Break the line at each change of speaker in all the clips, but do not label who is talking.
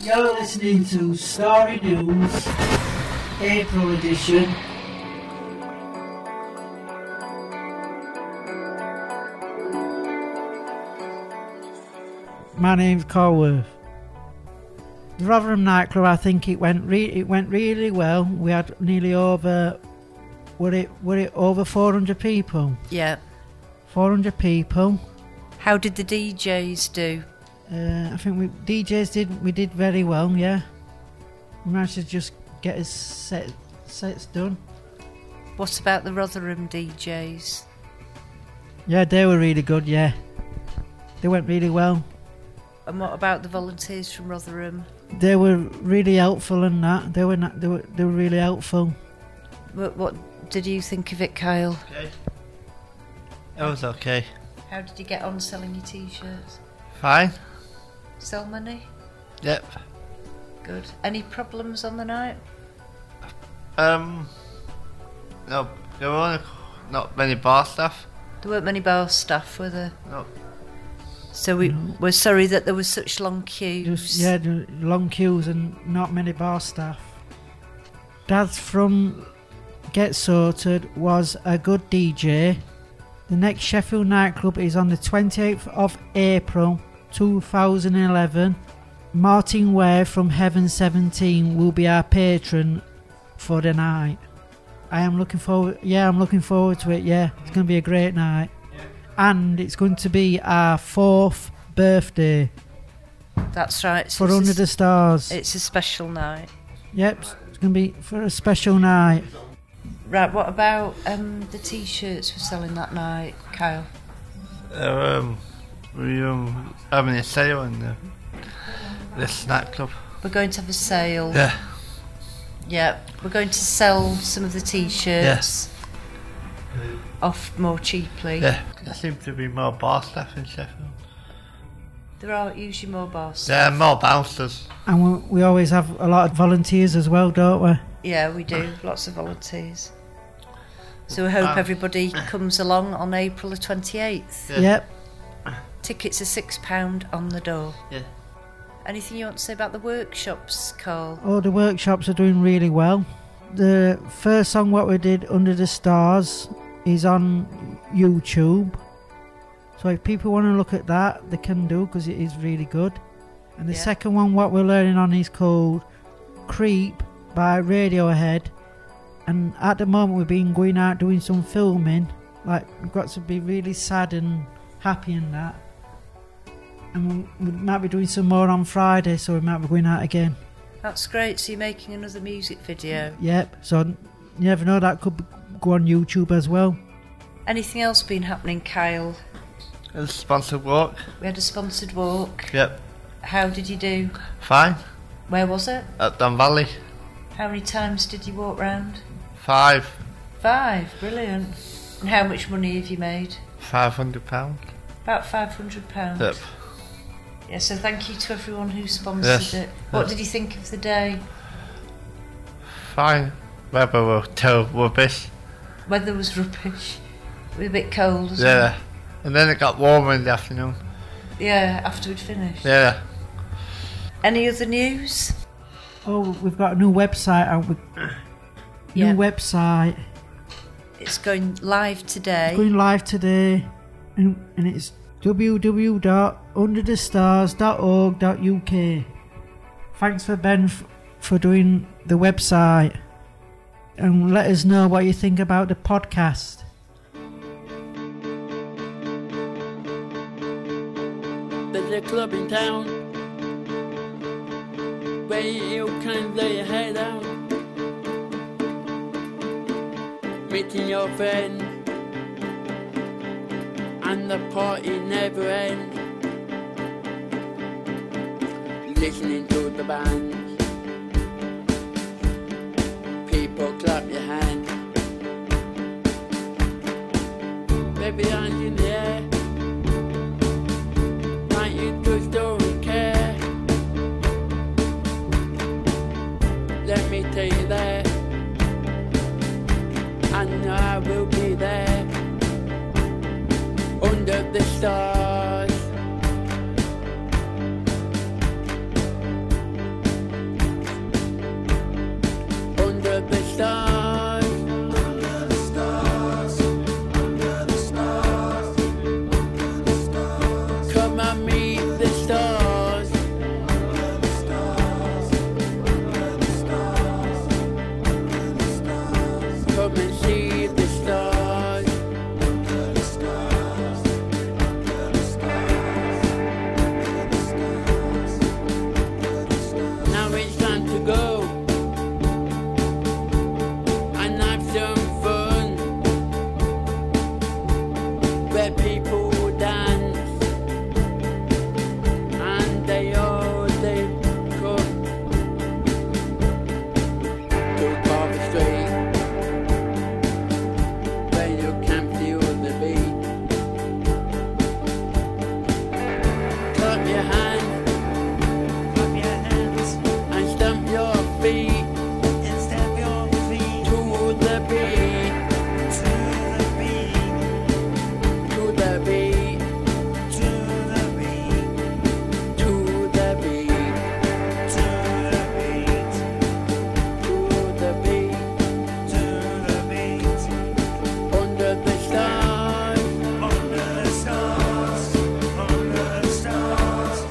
You're listening to Story News, April edition. My name's Colworth. The Rotherham nightclub, I think it went re- it went really well. We had nearly over, were it were it over 400 people?
Yeah.
400 people.
How did the DJs do?
Uh, I think we DJs did we did very well. Yeah, we managed to just get his set, sets done.
What about the Rotherham DJs?
Yeah, they were really good. Yeah, they went really well.
And what about the volunteers from Rotherham?
They were really helpful and that they were not, they were they were really helpful.
What, what did you think of it, Kyle?
Okay. It was okay.
How did you get on selling your t-shirts?
Fine.
Sell money?
Yep.
Good. Any problems on the night?
Um. No, there were not many bar stuff.
There weren't many bar staff, were there?
No.
So we we're sorry that there was such long
Just
queues.
yeah, the long queues and not many bar staff. Dad's from Get Sorted was a good DJ. The next Sheffield nightclub is on the 28th of April 2011. Martin Ware from Heaven 17 will be our patron for the night. I am looking forward. Yeah, I'm looking forward to it. Yeah, it's going to be a great night, and it's going to be our fourth birthday
That's right. So
for
it's,
Under
a,
the Stars.
it's a special night.
Yep, it's going to be for a special night.
Right. What about um, the t-shirts we're selling that night, Kyle?
There were, um, we um having a sale in the, the snack club.
We're going to have a sale.
Yeah.
Yeah, we're going to sell some of the t-shirts off more cheaply.
Yeah. There seemed to be more bar stuff in Sheffield.
There are usually more bars.
There are more bouncers.
And we, we always have a lot of volunteers as well, don't we?
Yeah, we do. Lots of volunteers. So we hope
Um,
everybody comes along on April the 28th.
Yeah.
Yep.
Tickets are £6 on the door.
Yeah.
Anything you want to say about the workshops, Carl?
All Oh, the workshops are doing really well. The first song what we did, Under the Stars, is on YouTube. So if people want to look at that, they can do because it is really good. And the
Yeah.
second one what we're learning on is called Creep by Radiohead. And at the moment we've been going out doing some filming. Like we've got to be really sad and happy and that. And we we might be doing some more on Friday, so we might be going out again.
That's great. So you're making another music video.
Yep. So you never know that could go on YouTube as well.
Anything else been happening, Kyle?
It's a sponsored walk.
We had a sponsored walk.
Yep.
How did you do?
Fine.
Where was it?
At Dun Valley.
How many times did you walk round?
Five.
Five, brilliant. And how much money have you made?
Five hundred pounds.
About five hundred pounds.
Yep.
Yeah, so thank you to everyone who sponsored
Yes,
it. What
yes.
did you think of the day?
Fine. Weather was terrible rubbish.
Weather was rubbish. It was a bit cold, wasn't
Yeah. And then it got warmer in the afternoon.
it? Yeah, after we'd finished.
Yeah.
Any other news?
Oh, we've got a new website out. With
Yeah.
New website
It's going live today.
going live today, and, and it's www.underthestars.org.uk. Thanks for Ben f- for doing the website, and let us know what you think about the podcast.
There's a club in town where you can lay your head out. Meeting your friend, and the party never ends. Listening to the band, people clap your hands. Baby, hands in the air. Not you just don't care. Let me tell you that. I know I will be there. Under the stars. day all day cook. To Bobby Street, where you can feel the beat. Clap your hands
Clap your hands
and stamp your feet
and stamp your feet
to the beat,
to the beat,
to the beat,
to the beat,
to the beat.
to the beat,
To the beat,
to the beat.
under the stars,
Under the stars, under the stars,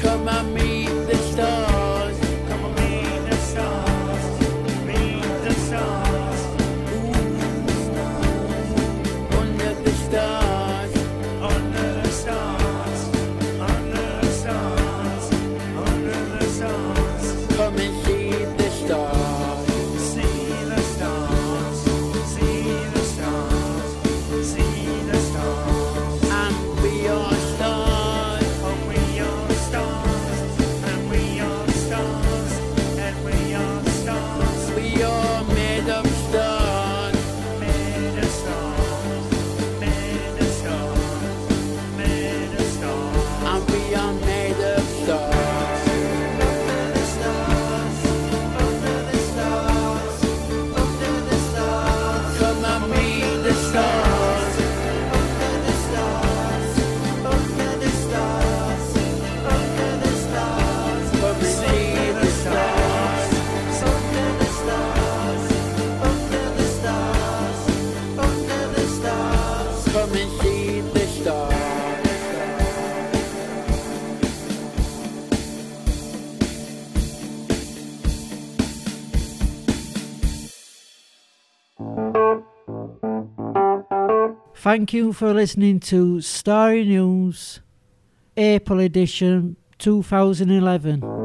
come and meet the stars.
come and meet the stars, meet the stars,
Under the stars,
under the stars, under the stars, under the stars.
come and see the stars.
See the stars, see the stars, see the stars.
And we are stars,
Oh, we are stars, and we are stars, and we are stars.
we are made of stars.
Made of stars, made of stars, made of stars.
And we are made of stars.
Under the stars, under the stars, under the stars.
Come and meet the stars.
Under the stars, under the stars, under the stars.
Come and see the stars.
Under the stars, under the stars, under the stars.
Come and see the stars.
Thank you for listening to Starry News, April edition 2011.